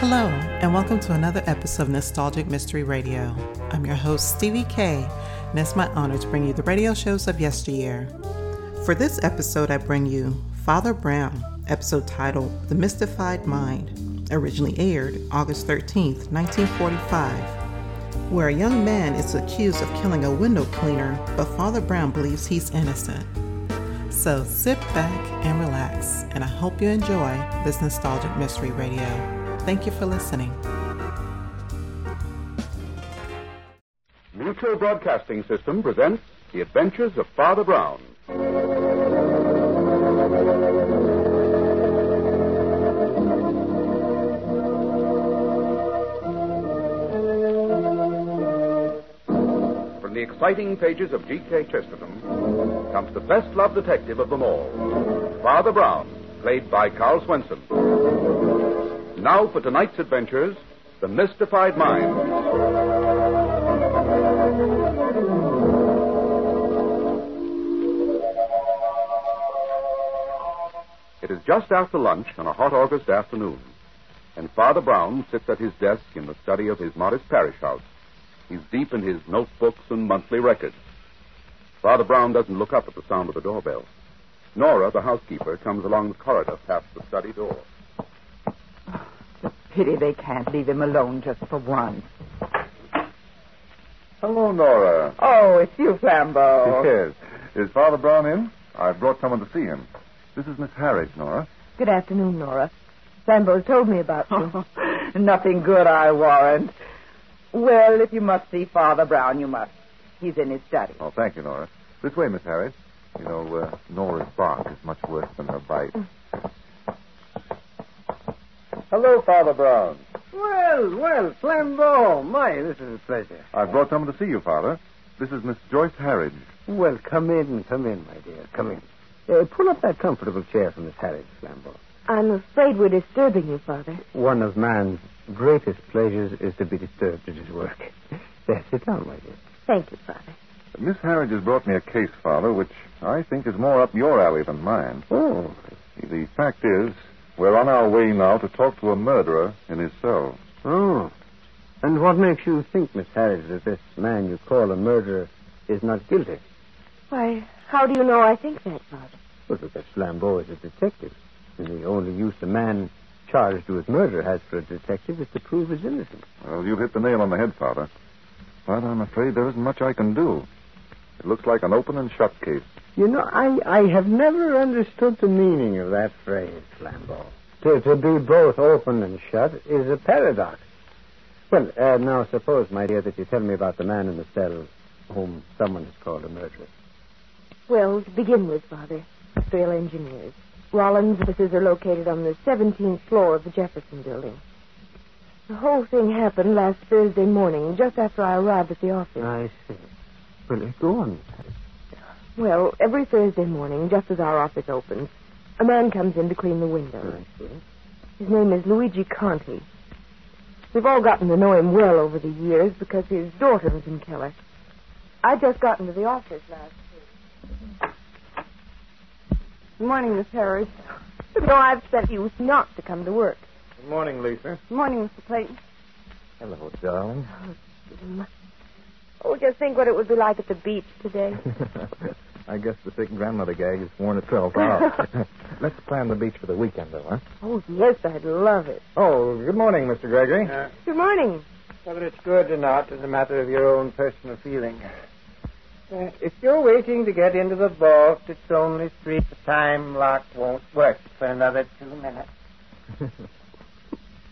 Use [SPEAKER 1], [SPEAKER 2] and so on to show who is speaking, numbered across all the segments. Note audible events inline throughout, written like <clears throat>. [SPEAKER 1] Hello, and welcome to another episode of Nostalgic Mystery Radio. I'm your host, Stevie K, and it's my honor to bring you the radio shows of yesteryear. For this episode, I bring you Father Brown, episode titled The Mystified Mind, originally aired August 13th, 1945, where a young man is accused of killing a window cleaner, but Father Brown believes he's innocent. So sit back and relax, and I hope you enjoy this nostalgic mystery radio. Thank you for listening.
[SPEAKER 2] Mutual Broadcasting System presents The Adventures of Father Brown. From the exciting pages of G.K. Chesterton comes the best loved detective of them all, Father Brown, played by Carl Swenson. Now for tonight's adventures The Mystified Mind. It is just after lunch on a hot August afternoon, and Father Brown sits at his desk in the study of his modest parish house. He's deep in his notebooks and monthly records. Father Brown doesn't look up at the sound of the doorbell. Nora, the housekeeper, comes along the corridor past the study door.
[SPEAKER 3] Pity they can't leave him alone just for once.
[SPEAKER 4] Hello, Nora.
[SPEAKER 3] Oh, it's you, Flambeau.
[SPEAKER 4] <laughs> Yes. Is Father Brown in? I brought someone to see him. This is Miss Harris, Nora.
[SPEAKER 5] Good afternoon, Nora. Sambo told me about you.
[SPEAKER 3] <laughs> Nothing good, I warrant. Well, if you must see Father Brown, you must. He's in his study.
[SPEAKER 4] Oh, thank you, Nora. This way, Miss Harris. You know, uh, Nora's bark is much worse than her bite. Hello, Father Brown.
[SPEAKER 6] Well, well, Flambeau, my, this is a pleasure.
[SPEAKER 4] I brought someone to see you, Father. This is Miss Joyce Harridge.
[SPEAKER 6] Well, come in, come in, my dear, come in. Uh, pull up that comfortable chair for Miss Harris, Flambeau.
[SPEAKER 5] I'm afraid we're disturbing you, Father.
[SPEAKER 6] One of man's greatest pleasures is to be disturbed at his <laughs> work. There, sit down, my dear.
[SPEAKER 5] Thank you, Father.
[SPEAKER 4] Miss Harridge has brought me a case, Father, which I think is more up your alley than mine.
[SPEAKER 6] Oh,
[SPEAKER 4] The fact is, we're on our way now to talk to a murderer in his cell.
[SPEAKER 6] oh. And what makes you think, Miss Harris, that this man you call a murderer is not guilty?
[SPEAKER 5] Why, how do you know I think that, Father?
[SPEAKER 6] Well, because Flambeau is a detective. And the only use a man charged with murder has for a detective is to prove his innocence.
[SPEAKER 4] Well, you've hit the nail on the head, Father. But I'm afraid there isn't much I can do. It looks like an open and shut case.
[SPEAKER 6] You know, I, I have never understood the meaning of that phrase, Flambeau. To, to be both open and shut is a paradox. Well, uh, now suppose, my dear, that you tell me about the man in the cell whom someone has called a murderer.
[SPEAKER 5] Well, to begin with, Father, Israel Engineers. Rollins' offices are located on the 17th floor of the Jefferson Building. The whole thing happened last Thursday morning, just after I arrived at the office.
[SPEAKER 6] I see. Well, go on.
[SPEAKER 5] Well, every Thursday morning, just as our office opens, a man comes in to clean the windows.
[SPEAKER 6] I see.
[SPEAKER 5] His name is Luigi Conti. We've all gotten to know him well over the years because his daughter was in Keller. I just got into the office last week. Morning, Miss Harris. <laughs> You know, I've sent you not to come to work.
[SPEAKER 4] Good morning, Lisa.
[SPEAKER 5] Morning, Mr. Clayton.
[SPEAKER 6] Hello, darling.
[SPEAKER 7] <laughs>
[SPEAKER 5] Oh, just think what it would be like at the beach today.
[SPEAKER 4] I guess the sick grandmother gag has worn <laughs>
[SPEAKER 7] <laughs>
[SPEAKER 4] itself
[SPEAKER 5] out.
[SPEAKER 4] Let's plan the beach for the weekend, though, huh?
[SPEAKER 5] oh, yes, I'd love it.
[SPEAKER 4] Oh, good morning, Mr. Gregory.
[SPEAKER 8] Uh,
[SPEAKER 5] Good morning.
[SPEAKER 8] whether it's good or not is a matter of your own personal feeling. Uh, if you're waiting to get into the vault, it's only three. The time lock won't work for another two minutes.
[SPEAKER 7] <laughs>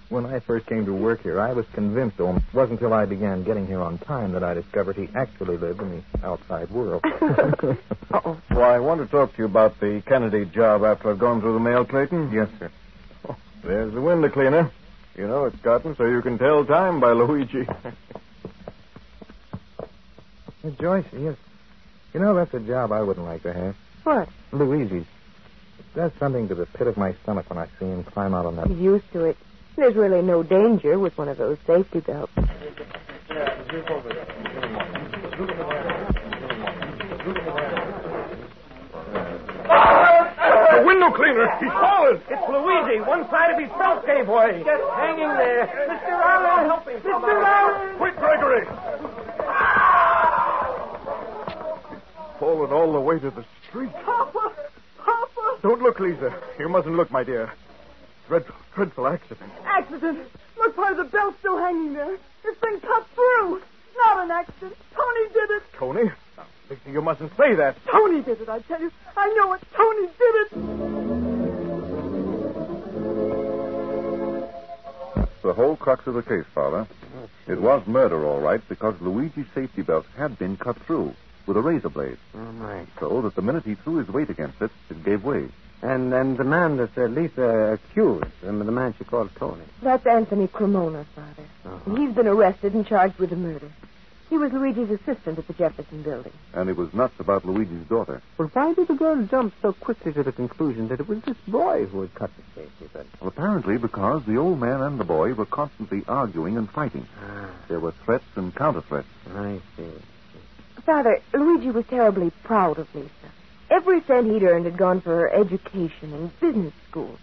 [SPEAKER 7] When I first came to work here, I was convinced, though it wasn't until I began getting here on time that I discovered he actually lived in the outside world. <laughs>
[SPEAKER 5] Uh-oh.
[SPEAKER 4] <laughs> Well, I want to talk to you about the Kennedy job after I've gone through the mail, Clayton. Yes, sir. there's the window cleaner. You know it's gotten so you can tell time by Luigi. <laughs>
[SPEAKER 7] Uh, Joyce, yes. You know, that's a job I wouldn't like to have.
[SPEAKER 5] <laughs> What?
[SPEAKER 7] Luigi's. That's something to the pit of my stomach when I see him climb out on that.
[SPEAKER 5] He's used to it. There's really no danger with one of those safety belts.
[SPEAKER 4] the
[SPEAKER 9] window cleaner. He's fallen.
[SPEAKER 10] It's Luigi. One side of his belt gave way. Just hanging there. Mr. Allen, help him. Mr. Allen.
[SPEAKER 9] Quick, Gregory.
[SPEAKER 4] Fallen all the way to the street.
[SPEAKER 10] Papa. Papa.
[SPEAKER 4] Don't look, Lisa. You mustn't look, my dear. Dreadful, dreadful accident.
[SPEAKER 11] <laughs> Accident. Look, part of the belt's still hanging there. It's been cut through. Not an accident. Tony did it.
[SPEAKER 4] Tony? Now, Lisa, you mustn't say that.
[SPEAKER 11] Tony did it, I tell you. I know it. Tony did it.
[SPEAKER 7] That's the whole crux of the case, Father. It was murder, all right, because Luigi's safety belt had been cut through with a razor blade,
[SPEAKER 6] Oh, my.
[SPEAKER 7] so that the minute he threw his weight against it, it gave way.
[SPEAKER 6] And and the man that uh, Lisa accused, um, the man she called Tony.
[SPEAKER 5] That's Anthony Cremona, Father. And he's been arrested and charged with the murder. He was Luigi's assistant at the Jefferson building.
[SPEAKER 7] And he was nuts about Luigi's daughter.
[SPEAKER 6] Well, why did the girl jump so quickly to the conclusion that it was this boy who had cut the safety belt?
[SPEAKER 7] Well, apparently because the old man and the boy were constantly arguing and fighting.
[SPEAKER 6] Ah,
[SPEAKER 7] There were threats and counter threats.
[SPEAKER 6] I see.
[SPEAKER 5] Father, Luigi was terribly proud of Lisa. Every cent he'd earned had gone for her education and business school.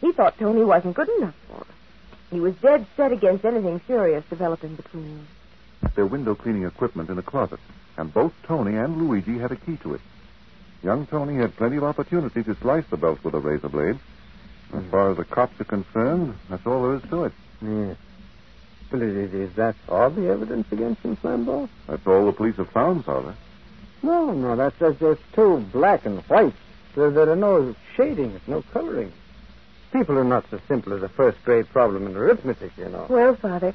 [SPEAKER 5] He thought Tony wasn't good enough for her. He was dead set against anything serious developing between them.
[SPEAKER 7] Their window cleaning equipment in a closet, and both Tony and Luigi had a key to it. Young Tony had plenty of opportunity to slice the belt with a razor blade. As
[SPEAKER 6] Hmm.
[SPEAKER 7] far as the cops are concerned, that's all there is to it.
[SPEAKER 6] Yes. Well, is, is that all the evidence against him, Flambeau?
[SPEAKER 7] That's all the police have found, Father.
[SPEAKER 6] No, no, that's just, just too black and white. There, there are no shadings, no coloring. People are not so simple as a first grade problem in arithmetic, you know.
[SPEAKER 5] Well, Father,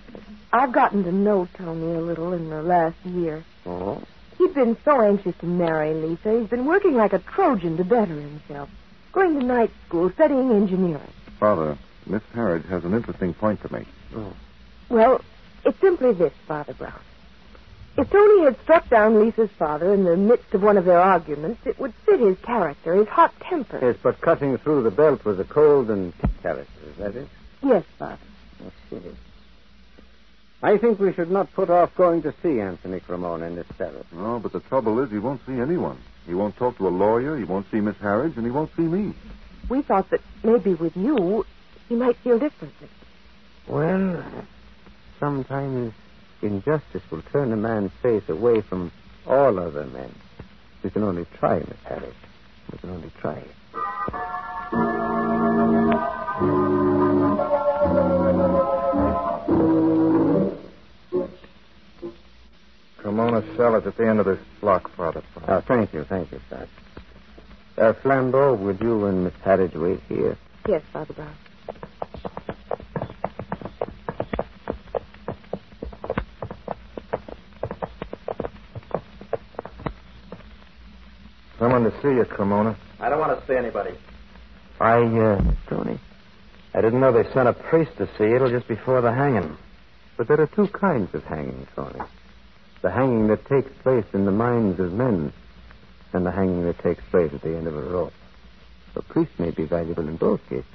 [SPEAKER 5] I've gotten to know Tony a little in the last year.
[SPEAKER 6] Oh?
[SPEAKER 5] He'd been so anxious to marry Lisa, he's been working like a Trojan to better himself, going to night school, studying engineering.
[SPEAKER 7] Father, Miss Harridge has an interesting point to make.
[SPEAKER 6] Oh.
[SPEAKER 5] Well, it's simply this, Father Brown. If Tony had struck down Lisa's father in the midst of one of their arguments, it would fit his character, his hot temper.
[SPEAKER 6] Yes, but cutting through the belt was a cold and character, is that it?
[SPEAKER 5] Yes, Father.
[SPEAKER 6] I see. I think we should not put off going to see Anthony Cremona in this terrace.
[SPEAKER 7] No, but the trouble is he won't see anyone. He won't talk to a lawyer, he won't see Miss Harridge, and he won't see me.
[SPEAKER 5] We thought that maybe with you, he might feel differently.
[SPEAKER 6] Well, sometimes injustice will turn a man's face away from all other men. We can only try, Miss Harris. We can only try.
[SPEAKER 12] Cremona cell is at the end of this block, Father.
[SPEAKER 6] Oh, thank you, thank you, Sergeant. Uh, Flambeau, would you and Miss Harridge wait here?
[SPEAKER 5] Yes, Father Brown.
[SPEAKER 12] Someone to see you, Cremona.
[SPEAKER 10] I don't want to see anybody.
[SPEAKER 6] I, uh, Tony, I didn't know they sent a priest to see It'll just before the hanging. But there are two kinds of hanging, Tony. The hanging that takes place in the minds of men, and the hanging that takes place at the end of a rope. A priest may be valuable in both cases.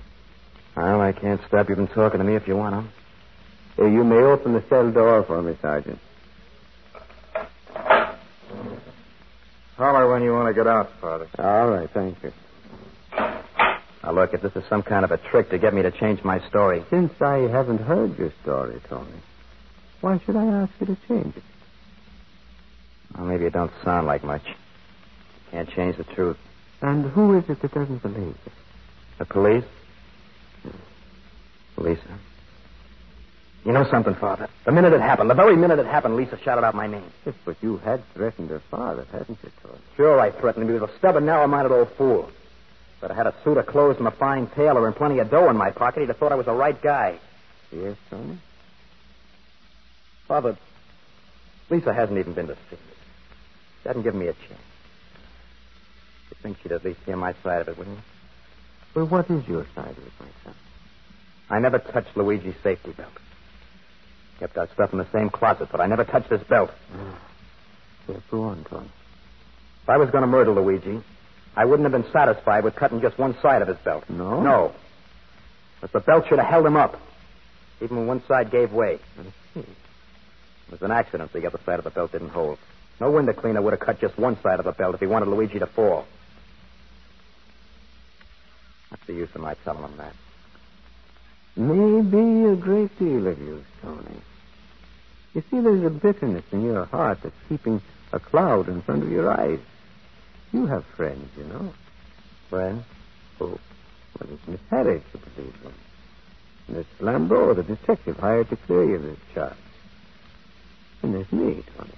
[SPEAKER 6] Well, I can't stop you from talking to me if you want to. you may open the cell door for me, Sergeant.
[SPEAKER 12] Holler when you want to get out, Father.
[SPEAKER 6] All right, thank you.
[SPEAKER 13] Now, look, if this is some kind of a trick to get me to change my story,
[SPEAKER 6] Since I haven't heard your story, Tony, why should I ask you to change it?
[SPEAKER 13] well, maybe it don't sound like much. Can't change the truth.
[SPEAKER 6] And who is it that doesn't believe it?
[SPEAKER 13] The police? Lisa. You know something, Father? The minute it happened, the very minute it happened, Lisa shouted out my name.
[SPEAKER 6] Yes, but you had threatened her father, hadn't you, Tony?
[SPEAKER 13] Sure, I threatened him. He was a stubborn, narrow-minded old fool. But I had a suit of clothes from a fine tailor and plenty of dough in my pocket. He'd have thought I was the right guy.
[SPEAKER 6] Yes, Tony?
[SPEAKER 13] Father, Lisa hasn't even been to see me. She hasn't given me a chance. You think she'd at least hear my side of it, wouldn't you?
[SPEAKER 6] Well, what is your side of it, my son?
[SPEAKER 13] I never touched Luigi's safety belt. Kept our stuff in the same closet, but I never touched this belt.
[SPEAKER 6] Yes, go on, Tony.
[SPEAKER 13] If I was going to murder Luigi, I wouldn't have been satisfied with cutting just one side of his belt.
[SPEAKER 6] No?
[SPEAKER 13] No. But the belt should have held him up, even when one side gave way. It was an accident the other side of the belt didn't hold. No window cleaner would have cut just one side of the belt if he wanted Luigi to fall. What's the use of my telling him that?
[SPEAKER 6] Maybe a great deal of use, Tony. You see, there's a bitterness in your heart that's keeping a cloud in front of your eyes. You have friends, you know. Friends? Oh, well, it's Miss Harris who believes them. Miss Lambeau, the detective hired to clear you of this charge. And there's me, Tony.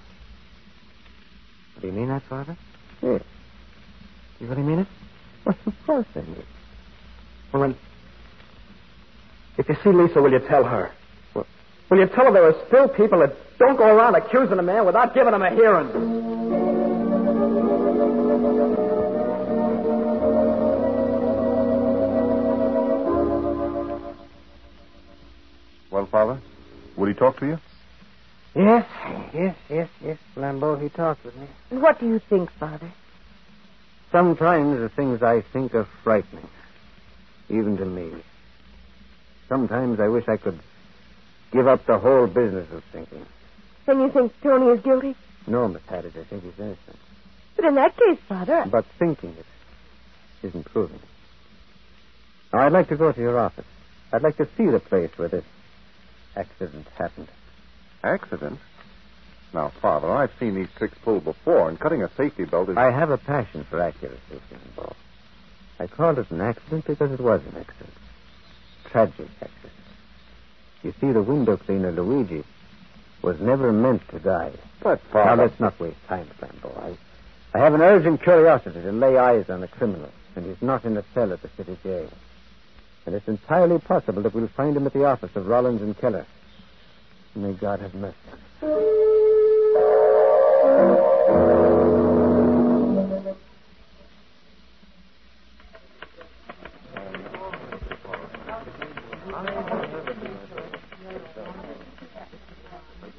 [SPEAKER 13] Do you mean that, Father?
[SPEAKER 6] Yes.
[SPEAKER 13] You really mean it?
[SPEAKER 6] Well, of course I do.
[SPEAKER 13] Well, then, if you see Lisa, will you tell her? Will you tell her there are still people that don't go around accusing a man without giving him a hearing?
[SPEAKER 2] Well, Father, will he talk to you?
[SPEAKER 8] Yes, yes, yes, yes, Flambeau, he talked with me.
[SPEAKER 5] And what do you think, Father?
[SPEAKER 6] Sometimes the things I think are frightening, even to me. Sometimes I wish I could give up the whole business of thinking.
[SPEAKER 5] Then you think Tony is guilty?
[SPEAKER 6] No, Miss Haddad, I think he's innocent.
[SPEAKER 5] But in that case, Father, I-
[SPEAKER 6] But thinking it isn't proving it. Now, I'd like to go to your office. I'd like to see the place where this accident happened.
[SPEAKER 2] Accident? Now, Father, I've seen these tricks pulled before, and cutting a safety belt is.
[SPEAKER 6] I have a passion for accuracy, Flambeau. I called it an accident because it was an accident. Tragic accident. You see, the window cleaner, Luigi, was never meant to die.
[SPEAKER 2] But,
[SPEAKER 6] Now,
[SPEAKER 2] Father.
[SPEAKER 6] let's not waste time, Flambeau. I, I have an urgent curiosity to lay eyes on a criminal, and he's not in a cell at the city jail. And it's entirely possible that we'll find him at the office of Rollins and Keller. May God have mercy.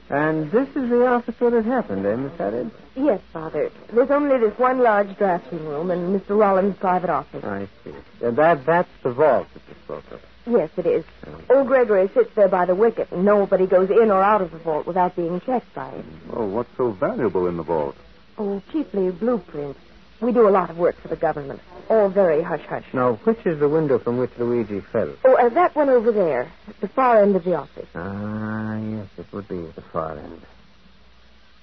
[SPEAKER 6] And this is the office where it happened, eh, Miss Haddad?
[SPEAKER 5] yes, Father. There's only this one large drafting room and Mr. Rollins' private office.
[SPEAKER 6] I see. Uh, that, that's the vault that you spoke of.
[SPEAKER 5] Yes, it is. Old Gregory sits there by the wicket, and nobody goes in or out of the vault without being checked by him.
[SPEAKER 2] Oh, what's so valuable in the vault?
[SPEAKER 5] Oh, chiefly blueprints. We do a lot of work for the government. All very hush hush.
[SPEAKER 6] Now, which is the window from which Luigi fell?
[SPEAKER 5] Oh, uh, that one over there, at the far end of the office.
[SPEAKER 6] Ah, yes, it would be at the far end.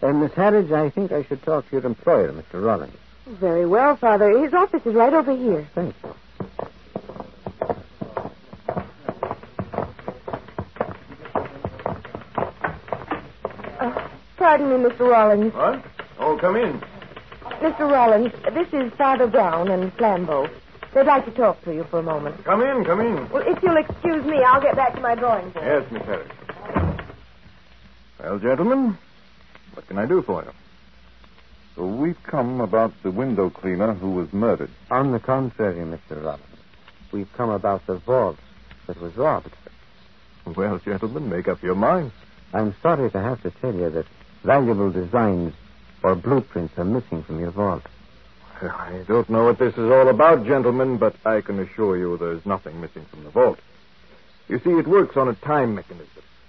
[SPEAKER 6] Uh, Miss Harridge, I think I should talk to your employer, Mr. Rollins.
[SPEAKER 5] Very well, Father. His office is right over here.
[SPEAKER 6] Thank you.
[SPEAKER 5] Uh, Pardon me, Mr. Rollins.
[SPEAKER 4] What? Oh, come in.
[SPEAKER 5] Mr. Rollins, this is Father Brown and Flambeau. They'd like to talk to you for a moment.
[SPEAKER 4] Come in, come in.
[SPEAKER 5] Well, if you'll excuse me, I'll get back to my drawing board.
[SPEAKER 4] Yes, Miss Harris. Well, gentlemen, what can I do for you?
[SPEAKER 2] We've come about the window cleaner who was murdered.
[SPEAKER 6] On the contrary, Mr. Rollins, we've come about the vault that was robbed.
[SPEAKER 4] Well, gentlemen, make up your minds.
[SPEAKER 6] I'm sorry to have to tell you that valuable designs or blueprints are missing from your vault.
[SPEAKER 4] I don't know what this is all about, gentlemen, but I can assure you there's nothing missing from the vault. You see, it works on a time mechanism.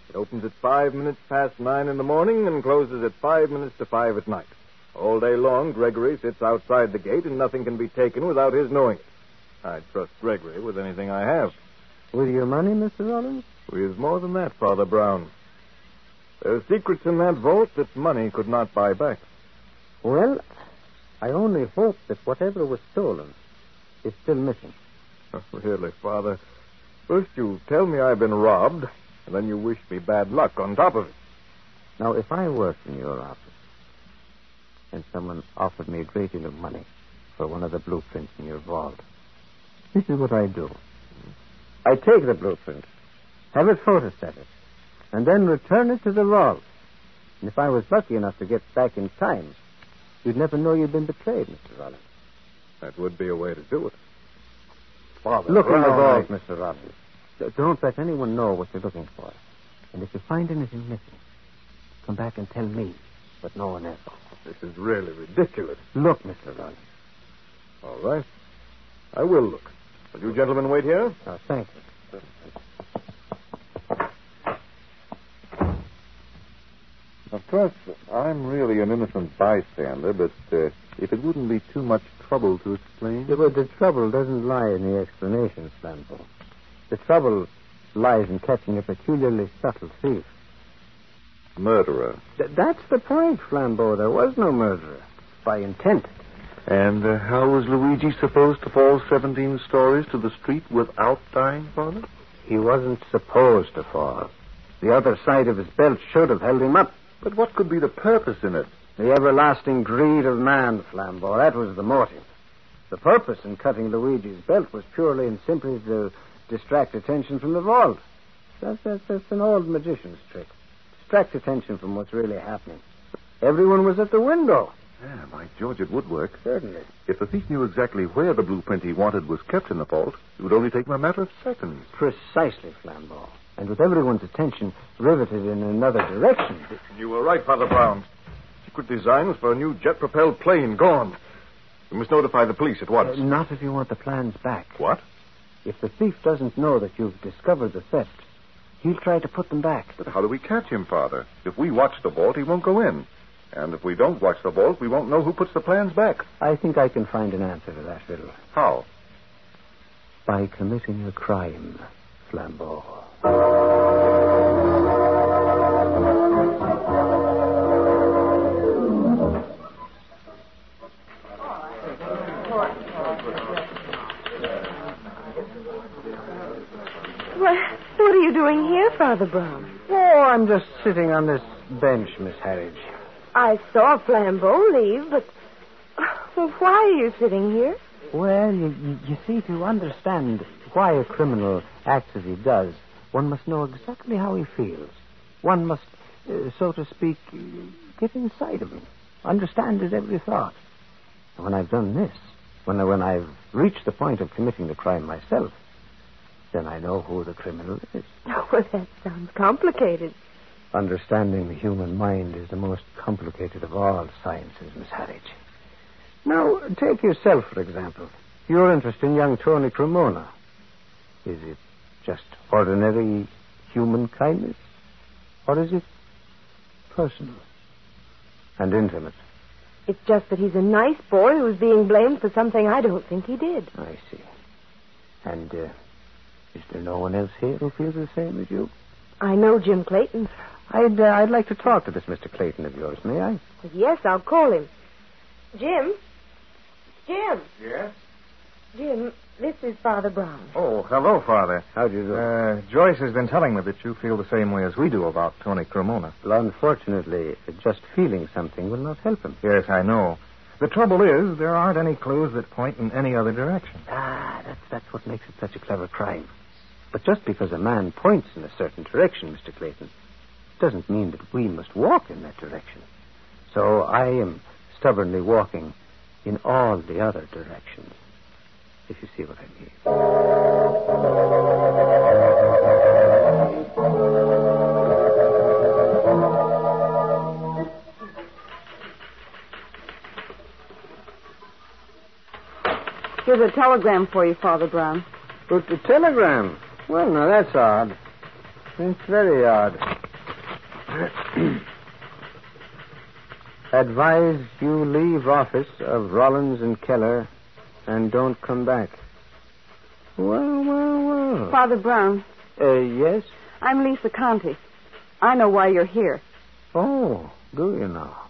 [SPEAKER 4] It opens at five minutes past nine in the morning and closes at five minutes to five at night. All day long, Gregory sits outside the gate and nothing can be taken without his knowing it. I'd trust Gregory with anything I have.
[SPEAKER 6] With your money, Mr. Rollins?
[SPEAKER 4] With more than that, Father Brown. There's secrets in that vault that money could not buy back. <laughs>
[SPEAKER 6] Well, I only hope that whatever was stolen is still missing.
[SPEAKER 4] Oh, Really, Father. First you tell me I've been robbed, and then you wish me bad luck on top of it.
[SPEAKER 6] Now, if I worked in your office and someone offered me a great deal of money for one of the blueprints in your vault, this is what I do. I take the blueprint, have it photostated, and then return it to the vault. And if I was lucky enough to get back in time, you'd never know you'd been betrayed, Mr. Rollins.
[SPEAKER 4] That would be a way to do it. Father.
[SPEAKER 6] Look in the
[SPEAKER 4] Brown,
[SPEAKER 6] vault,
[SPEAKER 4] I-
[SPEAKER 6] Mr. Rollins. D- Don't let anyone know what you're looking for. And if you find anything missing, come back and tell me, but no one else.
[SPEAKER 4] This is really ridiculous.
[SPEAKER 6] Look, Mr. Rollins.
[SPEAKER 4] All right. I will look. Will you gentlemen wait here?
[SPEAKER 6] Oh, thank you.
[SPEAKER 2] Of course, I'm really an innocent bystander, but uh,
[SPEAKER 7] if it wouldn't be too much trouble to explain.
[SPEAKER 6] Yeah, But the trouble doesn't lie in the explanation, Flambeau. The trouble lies in catching a peculiarly subtle thief.
[SPEAKER 7] Murderer.
[SPEAKER 6] Th- that's the point, Flambeau. There was no murderer. By intent.
[SPEAKER 7] And uh, how was Luigi supposed to fall 17 stories to the street without dying, Father?
[SPEAKER 6] He wasn't supposed to fall. The other side of his belt should have held him up.
[SPEAKER 7] But what could be the purpose in it?
[SPEAKER 6] The everlasting greed of man, Flambeau. That was the motive. The purpose in cutting Luigi's belt was purely and simply to distract attention from the vault. That's, that's, that's an old magician's trick. Distract attention from what's really happening. Everyone was at the window.
[SPEAKER 7] Yeah, by George, it would work.
[SPEAKER 6] Certainly.
[SPEAKER 7] If the thief knew exactly where the blueprint he wanted was kept in the vault, it would only take him a matter of seconds.
[SPEAKER 6] Precisely, Flambeau. And with everyone's attention riveted in another direction.
[SPEAKER 4] You were right, Father Brown. Secret designs for a new jet propelled plane gone. We must notify the police at once.
[SPEAKER 6] Uh, not if you want the plans back.
[SPEAKER 7] What?
[SPEAKER 6] If the thief doesn't know that you've discovered the theft, he'll try to put them back.
[SPEAKER 7] But how do we catch him, Father? If we watch the vault, he won't go in. And if we don't watch the vault, we won't know who puts the plans back.
[SPEAKER 6] I think I can find an answer to that riddle.
[SPEAKER 7] How?
[SPEAKER 6] By committing a crime, Flambeau.
[SPEAKER 5] What, what are you doing here, Father Brown?
[SPEAKER 6] Oh, I'm just sitting on this bench, Miss Harridge.
[SPEAKER 5] I saw Flambeau leave, but <sighs> well, why are you sitting here?
[SPEAKER 6] Well, you, you, you see, to understand why a criminal acts as he does, one must know exactly how he feels. One must, uh, so to speak, uh, get inside of him, understand his every thought. And when I've done this, when, I- when I've reached the point of committing the crime myself, then I know who the criminal is.
[SPEAKER 5] Oh, <laughs> well, that sounds complicated.
[SPEAKER 6] Understanding the human mind is the most complicated of all sciences, Miss Harridge. Now, take yourself, for example. Your interest in young Tony Cremona. Is it just ordinary human kindness? Or is it personal and intimate?
[SPEAKER 5] It's just that he's a nice boy who's being blamed for something I don't think he did.
[SPEAKER 6] I see. And uh, is there no one else here who feels the same as you?
[SPEAKER 5] I know Jim Clayton.
[SPEAKER 6] I'd, uh, I'd like to talk to this Mr. Clayton of yours, may I?
[SPEAKER 5] Yes, I'll call him. Jim? Jim?
[SPEAKER 8] Yes?
[SPEAKER 5] Jim, this is Father Brown.
[SPEAKER 7] Oh, hello, Father.
[SPEAKER 6] How do you do?
[SPEAKER 7] Uh, Joyce has been telling me that you feel the same way as we do about Tony Cremona.
[SPEAKER 6] Well, unfortunately, just feeling something will not help him.
[SPEAKER 7] Yes, I know. The trouble is, there aren't any clues that point in any other direction.
[SPEAKER 6] Ah, that's, that's what makes it such a clever crime. But just because a man points in a certain direction, Mr. Clayton, doesn't mean that we must walk in that direction. So I am stubbornly walking in all the other directions, if you see what I mean.
[SPEAKER 14] Here's a telegram for you, Father Brown.
[SPEAKER 6] But the telegram. Well, now that's odd. It's very odd. <clears throat> Advise you leave office of Rollins and Keller and don't come back. Well, well, well.
[SPEAKER 14] Father Brown,
[SPEAKER 6] Uh, yes?
[SPEAKER 14] I'm Lisa Conti. I know why you're here.
[SPEAKER 6] Oh, do you now?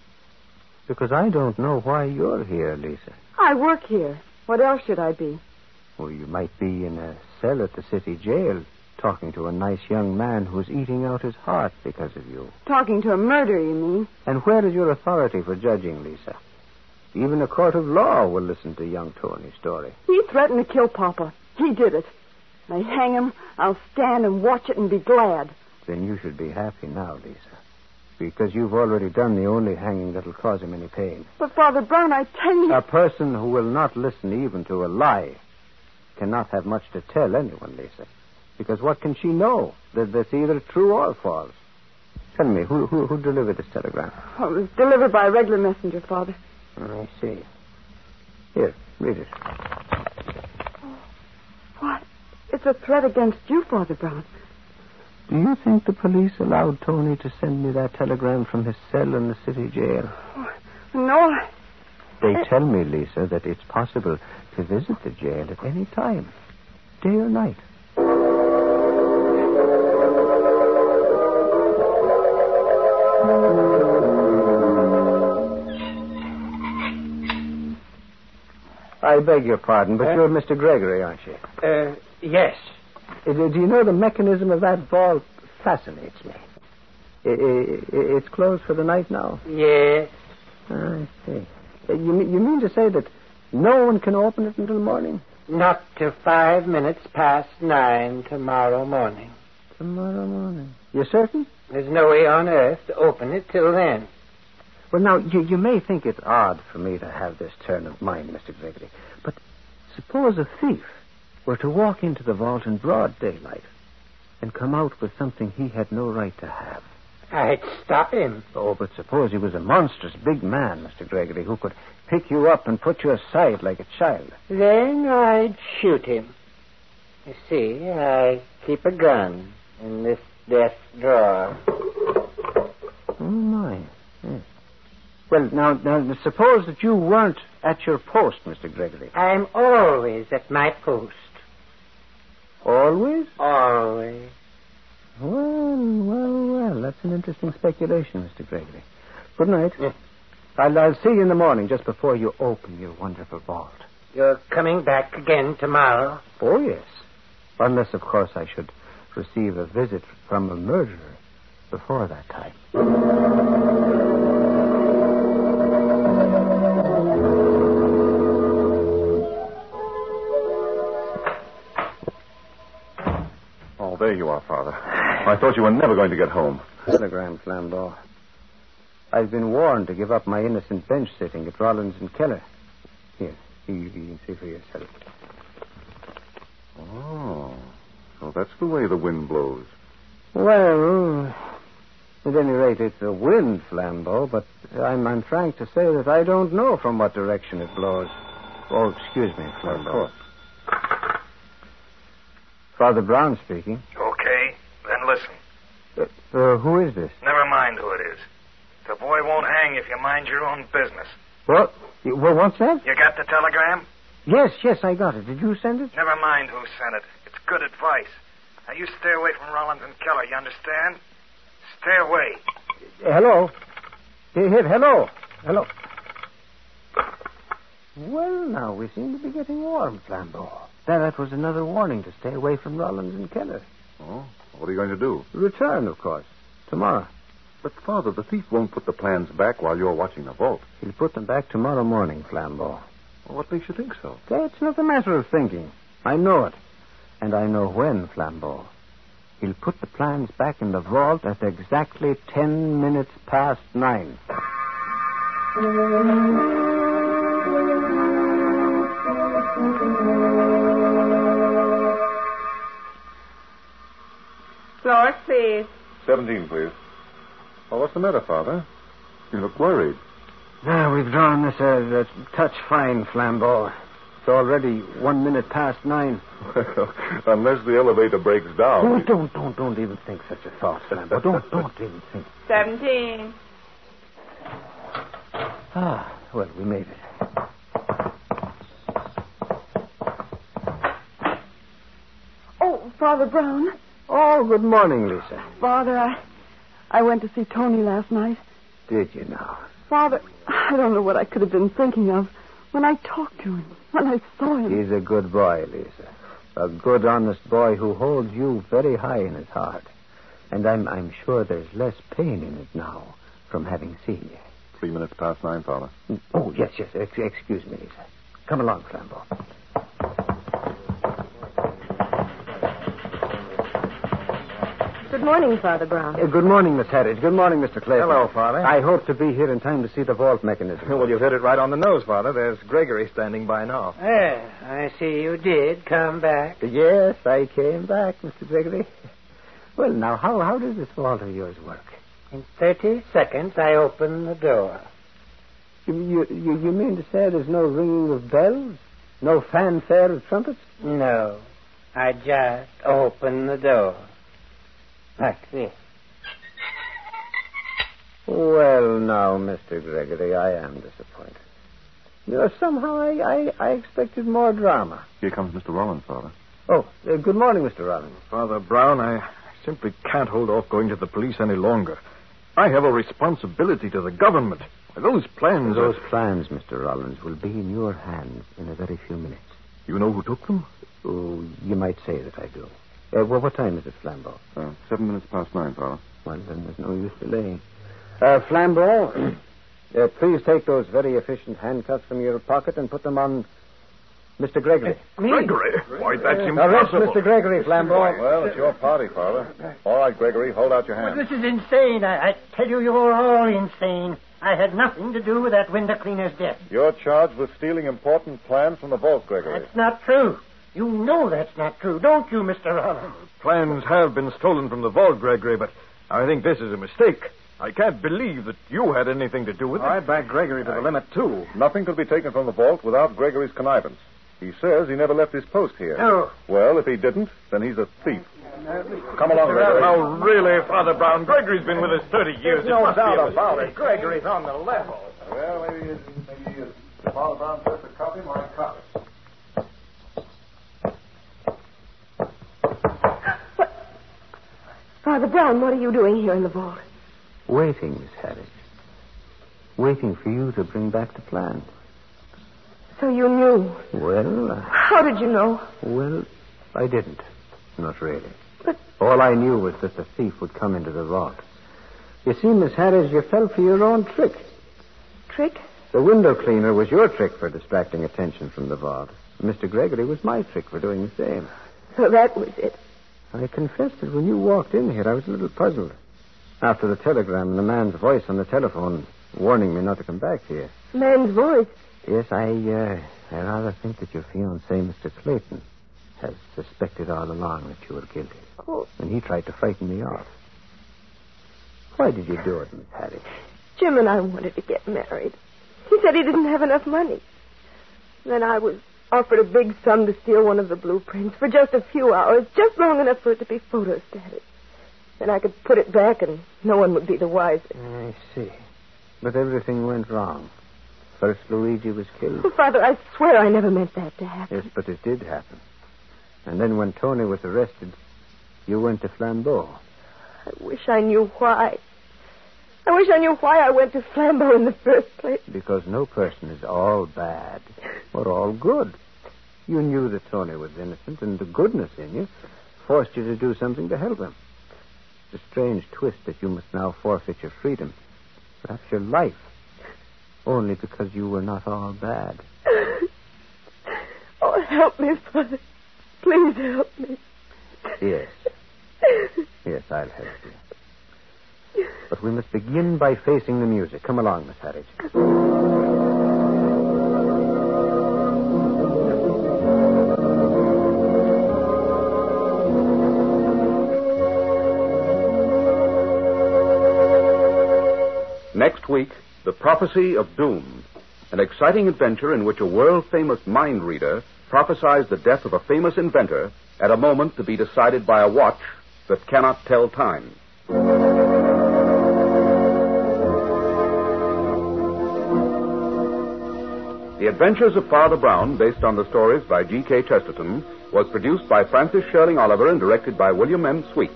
[SPEAKER 6] Because I don't know why you're here, Lisa.
[SPEAKER 14] I work here. What else should I be?
[SPEAKER 6] Or you might be in a cell at the city jail talking to a nice young man who's eating out his heart because of you.
[SPEAKER 14] Talking to a murderer, you mean?
[SPEAKER 6] And where is your authority for judging, Lisa? Even a court of law will listen to young Tony's story.
[SPEAKER 14] He threatened to kill Papa. He did it. They hang him. I'll stand and watch it and be glad.
[SPEAKER 6] Then you should be happy now, Lisa. Because you've already done the only hanging that'll cause him any pain.
[SPEAKER 14] But Father Brown, I tell you,
[SPEAKER 6] A person who will not listen even to a lie cannot have much to tell anyone, Lisa. Because what can she know? That that's either true or false. Tell me, who, who, who delivered this telegram?
[SPEAKER 14] Oh, it was delivered by a regular messenger, Father.
[SPEAKER 6] I see. Here, read it.
[SPEAKER 14] What? It's a threat against you, Father Brown.
[SPEAKER 6] Do you think the police allowed Tony to send me that telegram from his cell in the city jail?
[SPEAKER 14] No,
[SPEAKER 15] They tell me, Lisa, that it's possible to visit the jail at any time, day or night.
[SPEAKER 6] I beg your pardon, but you're Mr. Gregory, aren't you?
[SPEAKER 8] Uh, yes.
[SPEAKER 6] Uh, Do do you know the mechanism of that vault fascinates me? I- I- I- It's closed for the night now.
[SPEAKER 8] Yes.
[SPEAKER 6] I see. Uh, You mean, you mean to say that no one can open it until morning?
[SPEAKER 8] Not till five minutes past nine tomorrow morning.
[SPEAKER 6] Tomorrow morning. You're certain?
[SPEAKER 8] There's no way on earth to open it till then.
[SPEAKER 6] Well, now, you, you may think it's odd for me to have this turn of mind, Mr. Gregory, but suppose a thief were to walk into the vault in broad daylight and come out with something he had no right to have.
[SPEAKER 8] I'd stop him.
[SPEAKER 6] Oh, but suppose he was a monstrous big man, Mr. Gregory, who could pick you up and put you aside like a child.
[SPEAKER 8] Then I'd shoot him. You see, I keep a gun in this desk drawer.
[SPEAKER 6] Oh, my. Yes. Well, now, now, suppose that you weren't at your post, Mr. Gregory.
[SPEAKER 8] I'm always at my post.
[SPEAKER 6] Always?
[SPEAKER 8] Always.
[SPEAKER 6] Well, well, well. That's an interesting speculation, Mr. Gregory. Good night. I'll, I'll see you in the morning just before you open your wonderful vault.
[SPEAKER 8] You're coming back again tomorrow.
[SPEAKER 6] Oh, yes. Unless, of course, I should receive a visit from a murderer before that time.
[SPEAKER 7] Oh, there you are, Father. I thought you were never going to get home.
[SPEAKER 6] Telegram, Flambeau. I've been warned to give up my innocent bench sitting at Rollins and Keller. Here, you, you can see for yourself.
[SPEAKER 7] Oh, so that's the way the wind blows.
[SPEAKER 6] Well, at any rate, it's a wind, Flambeau, but I'm, I'm frank to say that I don't know from what direction it blows. Oh, excuse me, Flambeau.
[SPEAKER 10] course.
[SPEAKER 6] Father Brown speaking.
[SPEAKER 10] Okay, then listen.
[SPEAKER 6] Uh, who is this?
[SPEAKER 10] Never mind who it is. The boy won't hang if you mind your own business.
[SPEAKER 6] What? Well, what's that?
[SPEAKER 10] You got the telegram?
[SPEAKER 6] Yes, yes, I got it. Did you send it?
[SPEAKER 10] Never mind who sent it. It's good advice. Now, you stay away from Rollins and Keller, you understand? Stay away.
[SPEAKER 6] Hello. Hey, hey, Hello. Hello. Well, now, we seem to be getting warm, Flambeau. That, that was another warning to stay away from Rollins and Keller.
[SPEAKER 7] Oh, what are you going to do?
[SPEAKER 6] Return, of course. Tomorrow.
[SPEAKER 7] But, Father, the thief won't put the plans back while you're watching the vault.
[SPEAKER 6] He'll put them back tomorrow morning, Flambeau.
[SPEAKER 7] What makes you think so?
[SPEAKER 6] That's not a matter of thinking. I know it. And I know when, Flambeau. He'll put the plans back in the vault at exactly ten minutes past nine.
[SPEAKER 5] Floor, please.
[SPEAKER 7] Seventeen, please. Oh, what's the matter, Father? You look worried.
[SPEAKER 6] Now, Ah, we've drawn this a, a touch fine, Flambeau. It's already one minute past nine.
[SPEAKER 7] Well, <laughs> unless the elevator breaks down.
[SPEAKER 6] Don't, don't, don't, don't even think such a thought, Flambeau. Don't, don't even think.
[SPEAKER 5] Seventeen.
[SPEAKER 6] Ah, well, we made it.
[SPEAKER 5] Oh, Father Brown.
[SPEAKER 6] Oh, good morning, Lisa.
[SPEAKER 5] Father, I, I went to see Tony last night.
[SPEAKER 6] Did you now?
[SPEAKER 5] Father, I don't know what I could have been thinking of when I talked to him, when I saw him.
[SPEAKER 6] He's a good boy, Lisa. A good, honest boy who holds you very high in his heart. And I'm, I'm sure there's less pain in it now from having seen you.
[SPEAKER 7] Three minutes past nine, Father.
[SPEAKER 6] Oh, yes, yes. Ex- excuse me, Lisa. Come along, Flambeau.
[SPEAKER 16] Good morning, Father Brown.
[SPEAKER 6] Uh, good morning, Miss Harris. Good morning, Mr. Clayton.
[SPEAKER 17] Hello, Father.
[SPEAKER 6] I hope to be here in time to see the vault mechanism.
[SPEAKER 17] Well, you've hit it right on the nose, Father. There's Gregory standing by now.
[SPEAKER 8] Well, I see you did come back.
[SPEAKER 6] Yes, I came back, Mr. Gregory. Well, now, how, how does this vault of yours work?
[SPEAKER 8] In 30 seconds, I open the door.
[SPEAKER 6] You, you, you, you mean to say there's no ringing of bells? No fanfare of trumpets?
[SPEAKER 8] No, I just open the door. Like this.
[SPEAKER 6] Well, now, Mr. Gregory, I am disappointed.
[SPEAKER 18] You know, somehow I, I, I expected more drama.
[SPEAKER 19] Here comes Mr. Rollins, Father.
[SPEAKER 18] Oh, uh, good morning, Mr. Rollins.
[SPEAKER 4] Father Brown, I simply can't hold off going to the police any longer. I have a responsibility to the government. Those plans
[SPEAKER 6] Those plans, Mr. Rollins, will be in your hands in a very few minutes.
[SPEAKER 19] You know who took them?
[SPEAKER 6] Oh, you might say that I do. Uh, well, what time is it, Flambeau?
[SPEAKER 19] Uh, seven minutes past nine, Father.
[SPEAKER 6] Well, then there's no use delaying.
[SPEAKER 18] Uh,
[SPEAKER 6] <clears throat>
[SPEAKER 18] Flambeau, uh, please take those very efficient handcuffs from your pocket and put them on Mr. Gregory.
[SPEAKER 7] Uh,
[SPEAKER 2] Gregory? Why, that's
[SPEAKER 18] Arrest Mr. Gregory, Flambeau.
[SPEAKER 4] Well, it's your party, Father. All right, Gregory, hold out your
[SPEAKER 8] Well, this is insane. I, I tell you, you're all insane. I had nothing to do with that window cleaner's death.
[SPEAKER 4] You're charged with stealing important plans from the vault, Gregory.
[SPEAKER 8] It's not true. You know that's not true, don't you, Mr. Rollins?
[SPEAKER 4] Plans have been stolen from the vault, Gregory, but I think this is a mistake. I can't believe that you had anything to do with it. I back Gregory to the limit, too.
[SPEAKER 2] Nothing could be taken from the vault without Gregory's connivance. He says he never left his post here.
[SPEAKER 8] No.
[SPEAKER 2] Well, if he didn't, then he's a thief. Come
[SPEAKER 4] along,
[SPEAKER 2] Gregory.
[SPEAKER 4] Now, really, Father Brown, Gregory's been with us 30 years.
[SPEAKER 7] There's no
[SPEAKER 4] must be a
[SPEAKER 7] doubt
[SPEAKER 4] mistake.
[SPEAKER 7] about it. Gregory's on the level.
[SPEAKER 2] Well, maybe it's, maybe it's Father Brown first to copy my copy.
[SPEAKER 5] Father Brown, what are you doing here in the vault?
[SPEAKER 6] Waiting, Miss Harris. Waiting for you to bring back the plan.
[SPEAKER 5] So you knew.
[SPEAKER 6] Well, uh,
[SPEAKER 5] How did you know?
[SPEAKER 6] well, I didn't. Not really. But all I knew was that the thief would come into the vault.
[SPEAKER 18] You see, Miss Harris, you fell for your own trick.
[SPEAKER 5] Trick?
[SPEAKER 6] The window cleaner was your trick for distracting attention from the vault. Mr. Gregory was my trick for doing the same.
[SPEAKER 5] So that was it.
[SPEAKER 6] I confess that when you walked in here, I was a little puzzled. After the telegram and the man's voice on the telephone warning me not to come back here.
[SPEAKER 5] Man's voice.
[SPEAKER 6] Yes, I, uh, I rather think that your fiancé, Mr. Clayton, has suspected all along that you were guilty.
[SPEAKER 5] Oh,
[SPEAKER 6] And he tried to frighten me off. Why did you do it, Miss Harris?
[SPEAKER 5] Jim and I wanted to get married. He said he didn't have enough money. Then I was offered a big sum to steal one of the blueprints for just a few hours, just long enough for it to be photostated. Then I could put it back and no one would be the wiser.
[SPEAKER 6] I see. But everything went wrong. First, Luigi was killed. <laughs>
[SPEAKER 5] Oh, Father, I swear I never meant that to happen.
[SPEAKER 6] Yes, but it did happen. And then when Tony was arrested, you went to Flambeau.
[SPEAKER 5] I wish I knew why. I wish I knew why I went to Flambeau in the first place.
[SPEAKER 6] Because no person is all bad or all good. You knew that Tony was innocent, and the goodness in you forced you to do something to help him. It's a strange twist that you must now forfeit your freedom, perhaps your life, only because you were not all bad.
[SPEAKER 5] Oh, help me, Father. Please help me.
[SPEAKER 6] Yes. Yes, I'll help you. But we must begin by facing the music. Come along, Miss Harris.
[SPEAKER 2] Next week, The Prophecy of Doom, an exciting adventure in which a world famous mind reader prophesies the death of a famous inventor at a moment to be decided by a watch that cannot tell time. The Adventures of Father Brown, based on the stories by G.K. Chesterton, was produced by Francis Sherling Oliver and directed by William M. Sweet.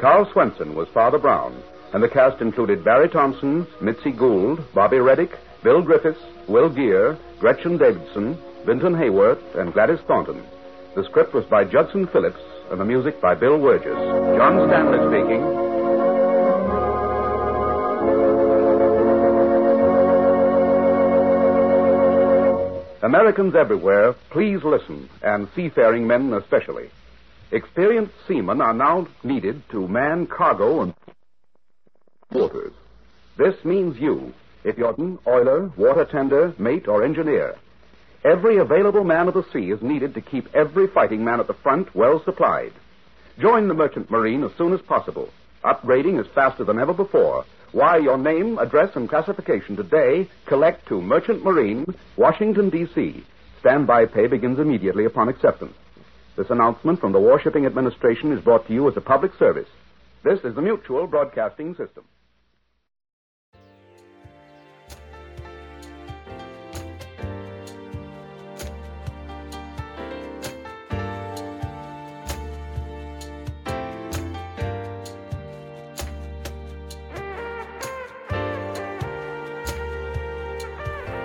[SPEAKER 2] Carl Swenson was Father Brown, and the cast included Barry Thompson, Mitzi Gould, Bobby Reddick, Bill Griffiths, Will Gear, Gretchen Davidson, Vinton Hayworth, and Gladys Thornton. The script was by Judson Phillips, and the music by Bill Werges. John Stanley speaking. Americans everywhere, please listen, and seafaring men especially. Experienced seamen are now needed to man cargo and waters. This means you, if you're an oiler, water tender, mate, or engineer. Every available man of the sea is needed to keep every fighting man at the front well supplied. Join the merchant marine as soon as possible. Upgrading is faster than ever before. Wire your name, address, and classification today. Collect to Merchant Marine, Washington, D.C. Standby pay begins immediately upon acceptance. This announcement from the Warshipping Administration is brought to you as a public service. This is the Mutual Broadcasting System.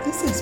[SPEAKER 1] This has